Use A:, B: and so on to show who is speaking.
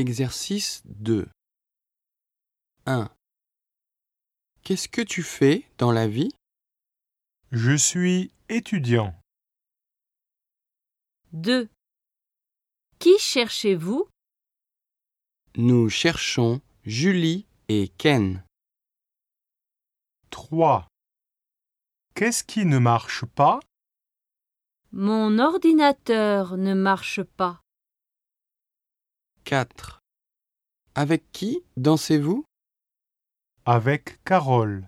A: Exercice 2 1. Qu'est-ce que tu fais dans la vie
B: Je suis étudiant.
C: 2. Qui cherchez-vous
A: Nous cherchons Julie et Ken.
B: 3. Qu'est-ce qui ne marche pas
C: Mon ordinateur ne marche pas.
A: 4. Avec qui dansez-vous
B: avec Carole